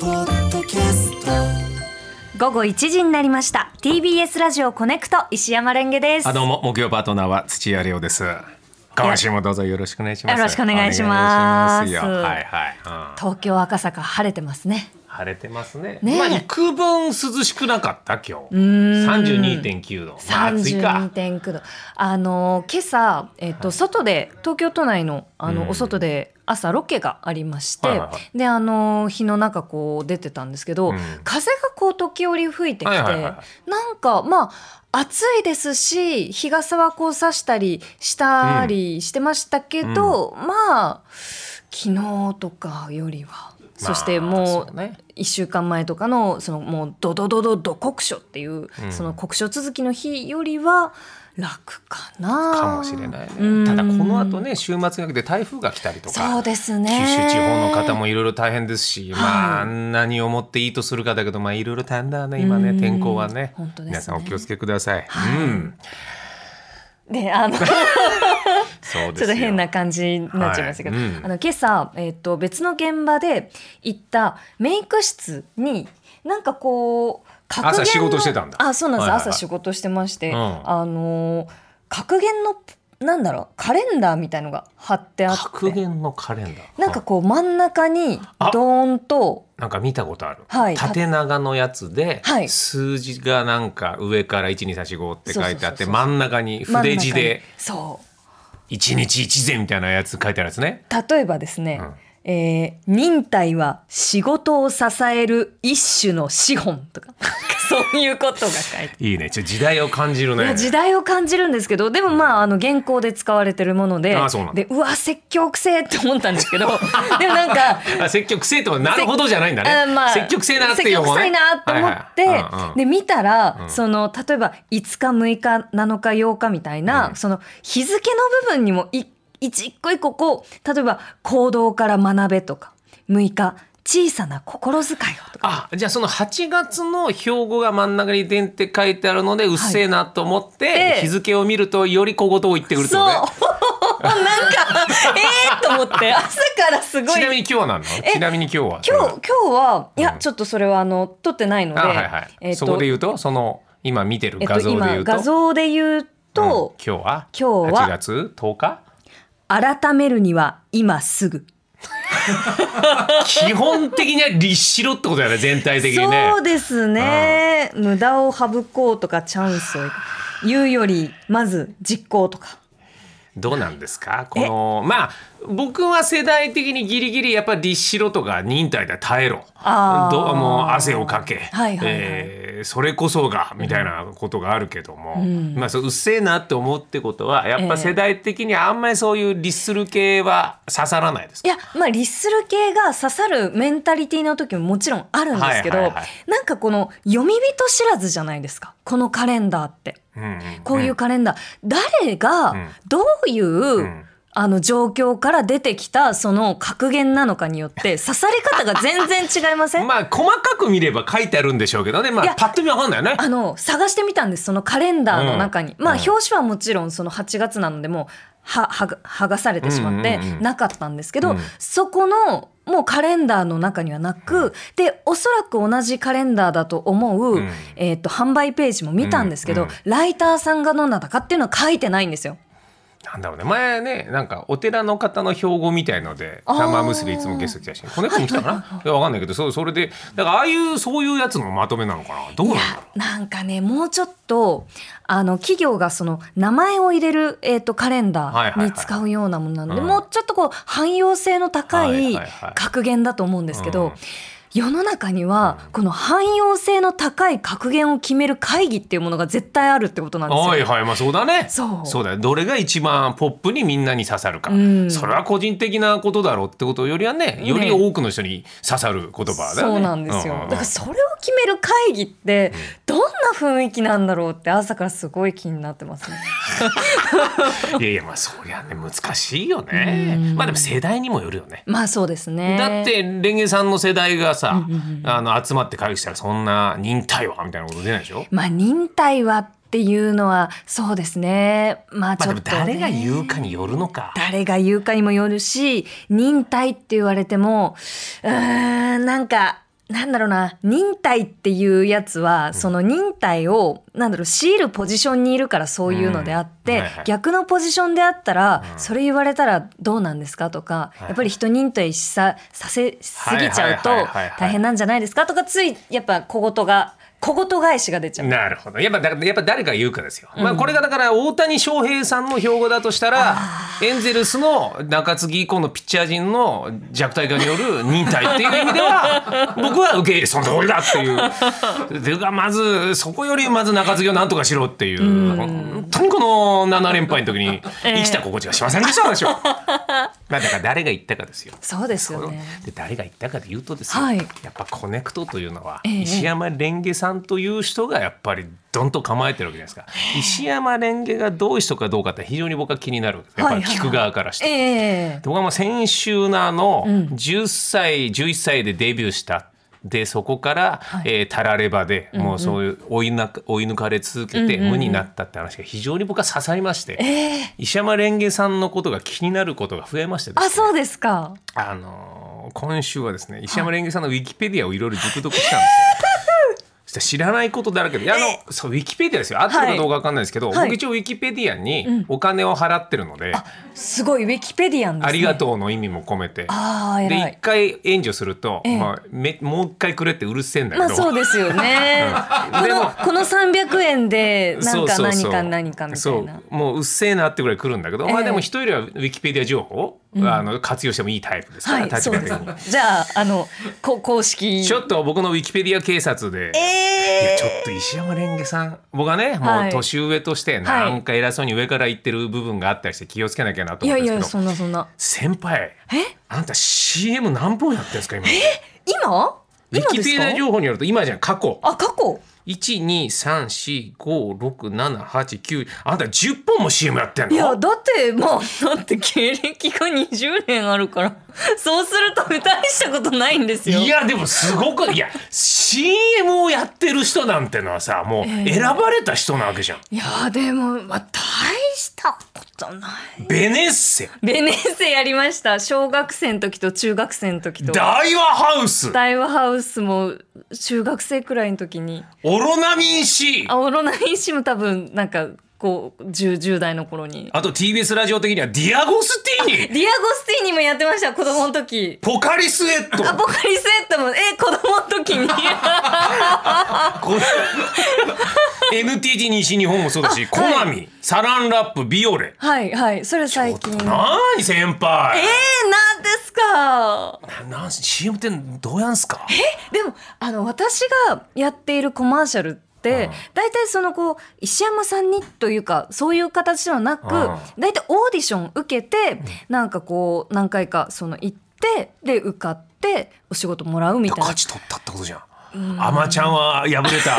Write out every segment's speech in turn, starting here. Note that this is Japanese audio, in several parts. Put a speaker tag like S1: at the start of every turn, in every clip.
S1: ポッドキャスト
S2: 午後1時になりました TBS ラジオコネクト石山レンゲです
S3: あどうも木曜パートナーは土屋亮です。今週もどうぞよろしくお願いします。
S2: よろしくお願いします
S3: お願いしますよはいはい、うん
S2: 東京赤坂晴れてますね
S3: 晴れてますね。
S2: ねえ
S3: まあ幾分涼しくなかった今
S2: ー
S3: 日。三十二点九度。まあ暑いか。
S2: 32.9度あの今朝、えっと外で東京都内のあ
S3: う
S2: の
S3: ん
S2: お外で朝ロケがありまして、
S3: はいはいは
S2: であの日の中こう出てたんですけど、
S3: うん
S2: 風がこう時折吹いてきて、
S3: はいはいは
S2: なんかまあ暑いですし日傘はこう差したりしたりしてましたけど、まあ昨日とかよりは。
S3: ま
S2: そ
S3: あ
S2: してもう
S3: そうね
S2: 1週間前とかのそのもうドドドドド酷暑っていう、
S3: うん
S2: その酷暑続きの日よりは楽かな
S3: かもしれないね、
S2: うん
S3: ただこの後ね週末がけて台風が来たりとか。
S2: そうですね
S3: 九州地方の方もいろいろ大変ですし、ま
S2: はい
S3: あ、あんなに思っていいとするかだけど、まあ、いろいろ大変だね、今ね、天候はね。
S2: 本当ですね
S3: 皆さんお気をつけください。うん。
S2: であのちょ
S3: そうです
S2: っ
S3: よ
S2: と変な感じになっちゃいましたけど、
S3: はいうん
S2: あの今朝、えっと別の現場で行ったメイク室になんかこう格言の
S3: 朝仕事してたんだ
S2: あそうなんです、
S3: はいはいはい
S2: 朝仕事してまして、
S3: うん
S2: あの格言のなんだろうカレンダーみたいのが貼ってあって
S3: 格言のカレンダー。
S2: なんかこう真ん中にドーンと
S3: なんか見たことある、
S2: はい
S3: 縦長のやつで、
S2: はい
S3: 数字がなんか上から12345って書いて
S2: そうそう
S3: あって
S2: そうそう
S3: 真ん中に
S2: 真ん中に
S3: 筆字で
S2: そ
S3: 「一日一善」みたいなやつ書いてあるやつね。
S2: う例えばですね、
S3: うん
S2: えー忍耐は仕事を支える一種の資本とか そういうことが書いて
S3: いいねちょ時代を感じる
S2: いや
S3: ね。
S2: 時代を感じるんですけどでもまああの原稿で使われてるもので
S3: あそうなんだ
S2: でうわ説教くせえって思ったんです けどでもなんか
S3: あ積極性とかなるほどじゃないんだ
S2: あ
S3: ね。
S2: まあ
S3: 積極性なっていう
S2: 積極
S3: 方
S2: 臭
S3: ね
S2: いなって思って、
S3: はいはいうんうん
S2: で見たら、
S3: うん
S2: その例えば5日6日7日8日みたいな、
S3: うん
S2: その日付の部分にもい一一個一個こう例えば行動から学べとか6日小さな心遣いをとか
S3: あじゃあその8月の標語が真ん中に「でん」って書いてあるのでうっせえなと思って、
S2: ええ
S3: 日付を見るとより小言を言ってくるってことね。
S2: そう なんかえー、と思って朝からすごい
S3: ちなみに今日は何なのちなみに今日は
S2: 今日今日はいや、
S3: うん
S2: ちょっとそれはあの撮ってないので、
S3: あはいはい、
S2: えっ
S3: そことで言うとその今見てる
S2: えっ
S3: 画
S2: と
S3: 像で言
S2: 今
S3: うと、
S2: 画像で言うと、
S3: うん今日は
S2: 今日は
S3: 8月10日
S2: 改めるには今すぐ。
S3: 基本的には立しろってことだよね全体的にね
S2: そうですね、無駄を省こうとかチャンスを言うよりまず実行とか
S3: どうなんですかこのまあ僕は世代的にギリギリやっぱ立しろとか忍耐だ耐えろ
S2: あー
S3: どうもう汗をかけ、
S2: はいはいはい
S3: えーそれこそがみたいなことがあるけども、
S2: ん
S3: まあ、そううっせえなって思うってことはやっぱ世代的にあんまりそういう立する系は刺さらないですか
S2: いやまあ律する系が刺さるメンタリティの時ももちろんあるんですけど、
S3: はいはいは
S2: なんかこの読み人知らずじゃないですかこのカレンダーって
S3: うん
S2: こういうカレンダー、誰
S3: う
S2: が
S3: ん
S2: どういう、
S3: ん
S2: あの状況から出てきたその格言なのかによっ て刺され方が全然違いません
S3: まあ細かく見れば書いてあるんでしょうけどね、ま
S2: いや
S3: あ、パッと見わかんないよね。
S2: あの探してみたんですそのカレンダーの中に、
S3: うん
S2: まあ
S3: うん
S2: 表紙はもちろんその8月なのでもうははが剥がされてしまって
S3: うんうんうん
S2: なかったんですけど、
S3: うん
S2: そこのもうカレンダーの中にはなく、でおそらく同じカレンダーだと思う、
S3: うん
S2: えー、と販売ページも見たんですけど、
S3: うんうん
S2: ライターさんがどなたかっていうのは書いてないんですよ。
S3: なんだろうね前ねなんかお寺の方の標語みたいので
S2: あー
S3: 玉結びいつもゲスト来たしこの人も来たか
S2: はい
S3: な、いやわかんないけどそうそれでだからああいうそういうやつのまとめなのかなどうなん
S2: い
S3: だ
S2: やなんかねもうちょっとあの企業がその名前を入れる、えー、とカレンダ
S3: はいはい
S2: ー
S3: はい
S2: に使うようなものなので、
S3: うん
S2: もうちょっとこう汎用性の高
S3: はい
S2: い
S3: はいはい
S2: 格言だと思うんですけど、
S3: うん
S2: 世の中にはこの汎用性の高い格言を決める会議っていうものが絶対あるってことなんですよ。
S3: はいはいまあそうだね
S2: そう
S3: だよどれが一番ポップにみんなに刺さるか、
S2: うん
S3: それは個人的なことだろうってことよりはねより多くの人に刺さる言葉だよね
S2: そうなんですよ、
S3: ううう
S2: だからそれを決める会議ってどんな雰囲気なんだろうって朝からすごい気になって ますね。
S3: いやいやまあそりゃね難しいよね
S2: うん
S3: まあでも世代にもよるよね
S2: まあそうですね。
S3: だってレンゲさんの世代がさ、
S2: うんうんうん
S3: あの集まって会議したらそんな忍耐はみたいなこと出ないでしょ
S2: まあ忍耐はっていうのはそうですね。まあ
S3: ま
S2: ち
S3: あ
S2: ょ
S3: で
S2: っと、
S3: も
S2: ね、
S3: 誰が言うかによるのか。
S2: 誰が言うかにもよるし忍耐って言われてもうーんなんかなんだろうな忍耐っていうやつはその忍耐をなんだろう強いるポジションにいるからそういうのであって、
S3: うんはいはい
S2: 逆のポジションであったら、
S3: うん
S2: それ言われたらどうなんですかとか、
S3: いはい
S2: やっぱり人忍耐しささせすぎちゃうと
S3: はいはいはいはいはい
S2: 大変なんじゃないですかとかついやっぱ小言が小言返しが出ちゃう。
S3: なるほど。やっぱ、だからやっぱ誰が言うかですよ。まあ、これがだから、大谷翔平さんの標語だとしたら、エンゼルスの中継ぎ以降のピッチャー陣の弱体化による忍耐っていう意味では、僕は受け入れ、その通りだっていう。でが、まず、そこよりまず中継ぎをなんとかしろっていう、本当にこの7連敗の時に、生きた心地がしませんでしたでしょ。まあ、だから誰が言ったかですよ。
S2: そうですよね。
S3: で誰が言ったかというとですね、
S2: はい
S3: やっぱコネクトというのは、
S2: ええ
S3: 石山レンゲさんという人がやっぱりどんと構えてるわけじゃないですか、石山レンゲがどういう人かどうかって非常に僕は気になるわけですやっぱり聞く側からして。
S2: ええ
S3: で僕はまあ先週のあの
S2: ん
S3: 10歳、11歳でデビューしたでそこから、えータラレバでもうそういう追いな追い抜かれ続けて無になったって話が非常に僕は刺さりまして、石山レンゲさんのことが気になることが増えましてですね
S2: あそうですか。
S3: あのー今週はですね石山レンゲさんのウィキペディアをいろいろ熟読したんですよ。そしたら知らないことだらけでいやあのそうウィキペディアですよ合ってるかどうかわかんないですけど、
S2: はい
S3: 僕一応ウィキペディアにお金を払ってるので、
S2: すごいウィキペディアンです、ね。
S3: ありがとうの意味も込めて。
S2: ああ、
S3: で
S2: 偉
S3: 一
S2: い。
S3: 回援助すると、
S2: ええ
S3: まあ、めもう一回くれってうるせえんだけど、
S2: まあそうですよね。
S3: うん
S2: こ
S3: でも
S2: のこの300円でなんか
S3: そうそう
S2: 何
S3: そう
S2: か何かみたいな。
S3: そうもううっせえなってぐらい来るんだけど、ま
S2: え
S3: あ
S2: え
S3: でも人よりはウィキペディア情報を、あの活用してもいいタイプですから、
S2: はい、
S3: 立
S2: そ
S3: 場
S2: う
S3: 的
S2: で
S3: に。
S2: す。じゃああのこ公式。
S3: ちょっと僕のウィキペディア警察で、いやちょっと石山レンゲさん僕はねも
S2: は
S3: う
S2: い
S3: 年上としてなんか偉そうに上から言ってる部分があったりして気をつけなきゃなと
S2: い
S3: 思
S2: や
S3: ったん
S2: い
S3: ですけ
S2: や
S3: ど
S2: そんなそんな。
S3: 先輩
S2: え
S3: あんた CM 何本やってんですか今
S2: 今？
S3: ウィ
S2: 今
S3: キ
S2: です
S3: ペディア
S2: か？
S3: 情報によると今じゃん過去
S2: あ過去。
S3: 123456789あんた10本も CM やってん
S2: いや
S3: の
S2: だってまあだって経歴が20年あるからそうすると大したことないんですよ。
S3: いやでもすごくいや CM をやってる人なんてのはさもう選ばれた人なわけじゃん、
S2: いやでもまあ大したことない。
S3: ベネッセ
S2: ベネッセやりました。小学生の時と中学生の時と。
S3: 大和ハウス
S2: ダイワハウスも中学生くらいの時に
S3: オロナミン C
S2: あオロナミン C も多分なんかこう 10, 10代の頃に
S3: あと TBS ラジオ的にはディアゴスティー
S2: デ
S3: ニ
S2: ィアゴスティーニもやってました子供の時
S3: ポカリスエ ット
S2: アポカリスエットもえ子供の時 に
S3: こ NTT 西日本もそうだしコナミサランラップビオレ
S2: はいはいそれ最近えー、
S3: なーに先輩
S2: なんですか
S3: ななん CM ってどうやんすか
S2: でもあの私がやっているコマーシャルって大体そのこう石山さんにというかそういう形ではなく
S3: うん
S2: 大体オーディション受けてなんかこう何回かその行ってで受かってお仕事もらうみたいな
S3: 勝ち取ったってことじゃんアマちゃんは敗れた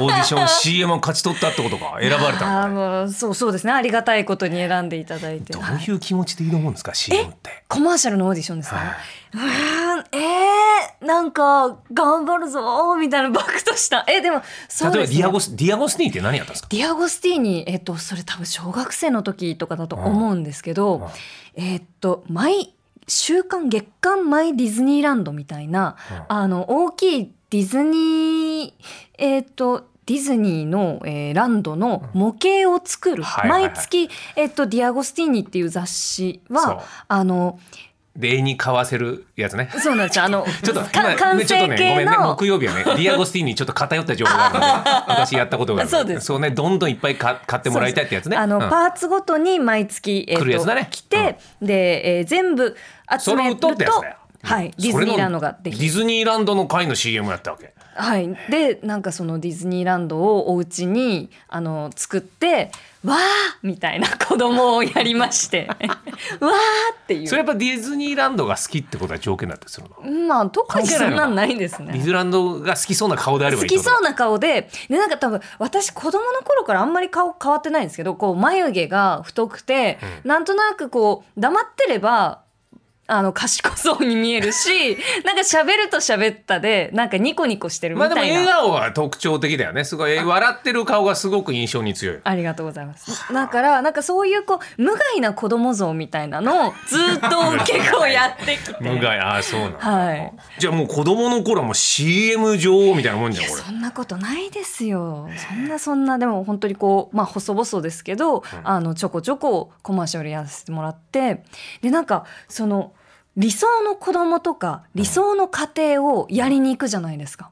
S3: オーディショ ン CM を勝ち取ったってことか選ばれた
S2: あー
S3: んだね
S2: もうそうそうですねありがたいことに選んでいただいて
S3: どういう気持ちで挑むんですか CM って
S2: コマーシャルのオーディションですか、
S3: はいう
S2: ーんえー、なんか頑張るぞーみたいなバクとしたえでもそう
S3: 例えば
S2: です、
S3: デ
S2: ね、
S3: ィアゴスディアゴスティーニって何やったんですか
S2: ディアゴスティーニ、えっと、それ多分小学生の時とかだと思うんですけど、
S3: んうん
S2: えっと毎週間月間マイディズニーランドみたいな、あの大きいディズニーえっとディズニーの、えーランドの模型を作る、
S3: はいはいはい
S2: 毎月、えっと、ディアゴスティーニっていう雑誌
S3: そう
S2: はあの
S3: 礼に買わせるやつね
S2: そうなんですよあの
S3: ちょっと
S2: か
S3: 今
S2: 完
S3: ねちょっと
S2: 成
S3: ねごめ
S2: 形
S3: んね
S2: の、
S3: 木曜日はねディアゴスティーニにちょっと偏った情報があるの で私やったことがあるの
S2: そうです
S3: そうねどんどんいっぱいか買ってもらいたいってやつね
S2: あの、
S3: うん
S2: パーツごとに毎月、えーと
S3: 来るやつだね
S2: 来て、で、えー全部集めると
S3: 揃うとってやつだよ
S2: はい、ディズニーランドができ
S3: それのディズニーランドの会の CM やったわけ
S2: はい、でなんかそのディズニーランドをお家にあの作って「わー!」みたいな子供をやりま して「わー!」ってい
S3: それや
S2: う
S3: っぱディズニーランドが好きってことは条件だったりするの
S2: まあ特にそんなんないです
S3: ディ
S2: ね。
S3: ズニーランドが好きそうな顔であれば
S2: 好
S3: いいって
S2: き
S3: こと
S2: そうな顔ででなんか多分私子供の頃からあんまり顔変わってないんですけどこう眉毛が太くて、なんとなくこう黙ってればあの賢そうに見える しなんか喋ると喋ったでなんかニコニコしてるみ
S3: ま
S2: た
S3: あ
S2: いな
S3: で、も笑顔は特徴的だよねすごい笑ってる顔がすごく印象に強い
S2: ありがとうございます。だから、なんかそういうこう、無害な子供像みたいなのをずっと結構やって きて。
S3: 無害ああそうなんだ、
S2: はい
S3: じゃあもう子供の頃はもう CM 女王みたいなもんじゃん俺
S2: そんなことないですよ。そんなそんな、でも本当にこう、まあ細々ですけど、あの、ちょこちょこコマーシャルやらせてもらって、で、なんか、その、理想の子供とか、理想の家庭をやりに行くじゃないですか。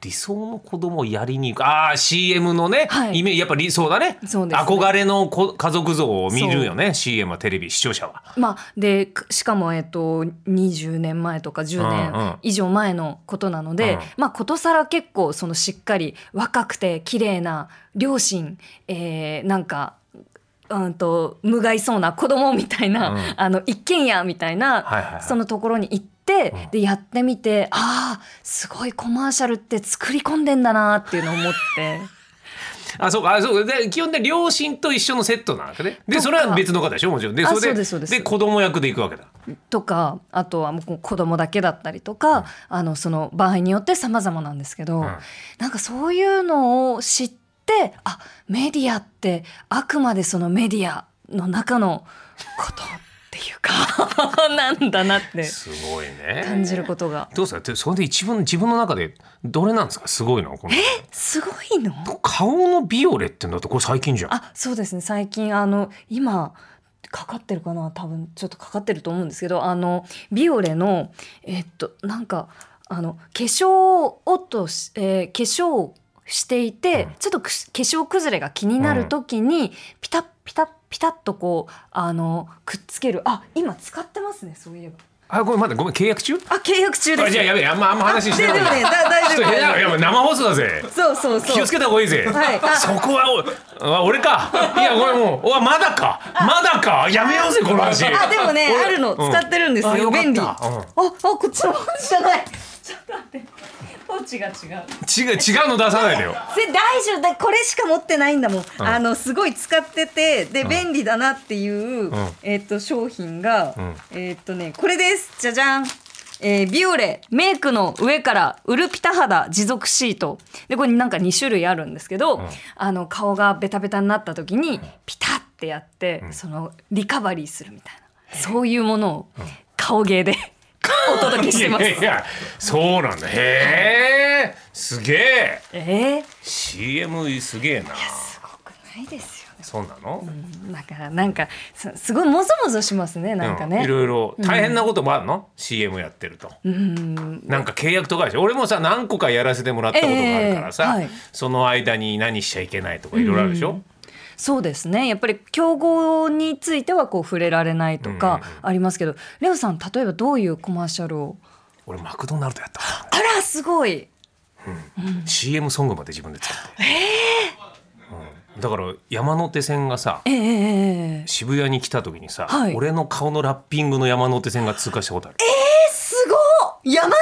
S3: 理想の子供をやりに行くああ CM のね、
S2: はい
S3: イメージやっぱ理想だね
S2: そうですね
S3: 憧れの子家族像を見るよね CM はテレビ視聴者は
S2: まあ、でくしかも、えっと、20年前とか
S3: うんう
S2: 10
S3: ん
S2: 年以上前のことなの
S3: う
S2: で
S3: ん、
S2: まあ、ことさら結構そのしっかり若くて綺麗な両親、えーなんか。うんと無害そうな子供みたいな、
S3: うん
S2: あの一軒家みたいな、
S3: はいはいはい
S2: そのところに行って、
S3: うん
S2: でやってみてああすごいコマーシャルって作り込んでんだなっていうのを思って。
S3: あそうかあそうかで基本で両親と一緒のセットなわけねでそれは別の方でしょもちろんで
S2: あ
S3: そ
S2: そ
S3: れで
S2: うですそうです
S3: 子供役で行くわけだ
S2: とかあとはもう子供だけだったりとか、あのその場合によって様々なんですけど、
S3: ん
S2: なんかそういうのを知ってあメディアってあくまでそのメディアの中のことっていうか なんだなって
S3: すごいね
S2: 感じることが
S3: どうですかてそれで一番自分の中でどれなんですかすごいのこの
S2: すごいの
S3: 顔のビオレってのだってこれ最近じゃん
S2: あそうですね最近あの今かかってるかな多分ちょっとかかってると思うんですけどあのビオレのえっとなんかあの化粧をとし、えー化粧をしていて、ちょっとくし化粧崩れが気になる時に、ピタッピタッピタッとこうあのくっつけるあ今使ってますねそういえば
S3: あこれまだごめん契約中
S2: あ契約中です
S3: あじゃあやべえあんまあんま話してない
S2: ででもねだ大
S3: ち
S2: 丈夫
S3: ょっと部屋やばい生放送だぜ
S2: そうそうそう
S3: 気をつけた方がいいぜ、
S2: はいあ
S3: そこはおあ俺かいやこれもううわまだかまだかやめようぜこの話
S2: あでもね
S3: 俺
S2: あるの
S3: うん
S2: 使ってるんです
S3: あ
S2: よ、
S3: よかった
S2: 便利、
S3: うん
S2: ああこっちのポーチじゃないちょっと待ってポーチが違う
S3: 違う違うの出さないでよ
S2: で大丈夫だこれしか持ってないんだもん、
S3: ん
S2: あのすごい使っててで便利だなっていう、
S3: ん
S2: えっと商品が、
S3: ん
S2: えっとねこれですじゃじゃんえービオレメイクの上からウルピタ肌持続シートでこれなんか2種類あるんですけど、あの顔がベタベタになった時にピタってやって、そのリカバリーするみたいなそういうものを顔芸で お届けして ます
S3: い。やいやそうなんだへえすげえ
S2: えー、
S3: CM すげえな
S2: すごくないですよね
S3: そうなの、
S2: だからなんかすすごいもぞもぞしますねなんかね、
S3: うんいろいろ大変なこともあるの、CM やってると、なんか契約とかでしょ俺もさ何個かやらせてもらったことがあるからさ、
S2: ええはい
S3: その間に何しちゃいけないとかいろいろあるでしょ、
S2: そうですねやっぱり競合についてはこう触れられないとかありますけど、レオさん例えばどういうコマーシャルを
S3: 俺マクドナルドやったか
S2: あらすごい
S3: ら、CM ソングまで自分で作って、うんだから山手線がさ
S2: えええええ
S3: 渋谷に来た時にさ、
S2: はい
S3: 俺の顔のラッピングの山手線が通過したことある、
S2: えすごい山手線になっ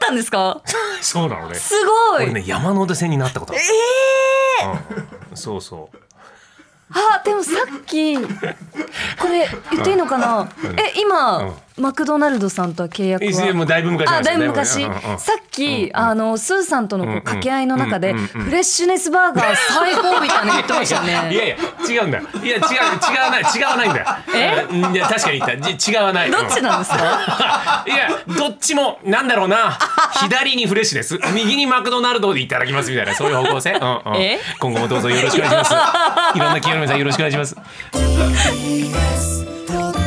S2: たんですか
S3: そうなのね
S2: すごい、
S3: 俺ね山手線になったことある、うんそうそう
S2: あでもさっきこれ言っていいのかな、え今、マクドナルドさんとは契約は
S3: CM だいぶ昔なん
S2: あ
S3: です
S2: だ
S3: よ
S2: いぶ昔、
S3: うんうんうん
S2: さっき、あのスーさんとのこう掛け合いの中で、
S3: うんうんうんうん
S2: フレッシュネスバーガー最高みたいなの言ってましたよね。
S3: いやいや違うんだよいや違う違わない違わないんだよえいや確かに言ったじ違わない
S2: どっちなんですか？
S3: いやどっちもなんだろうな左にフレッシュです右にマクドナルドでいただきますみたいなそういう方向性、うんうん
S2: え、
S3: 今後もどうぞよろしくお願いしますいろんな企業の皆さんよろしくお願いします
S1: TBS ポッ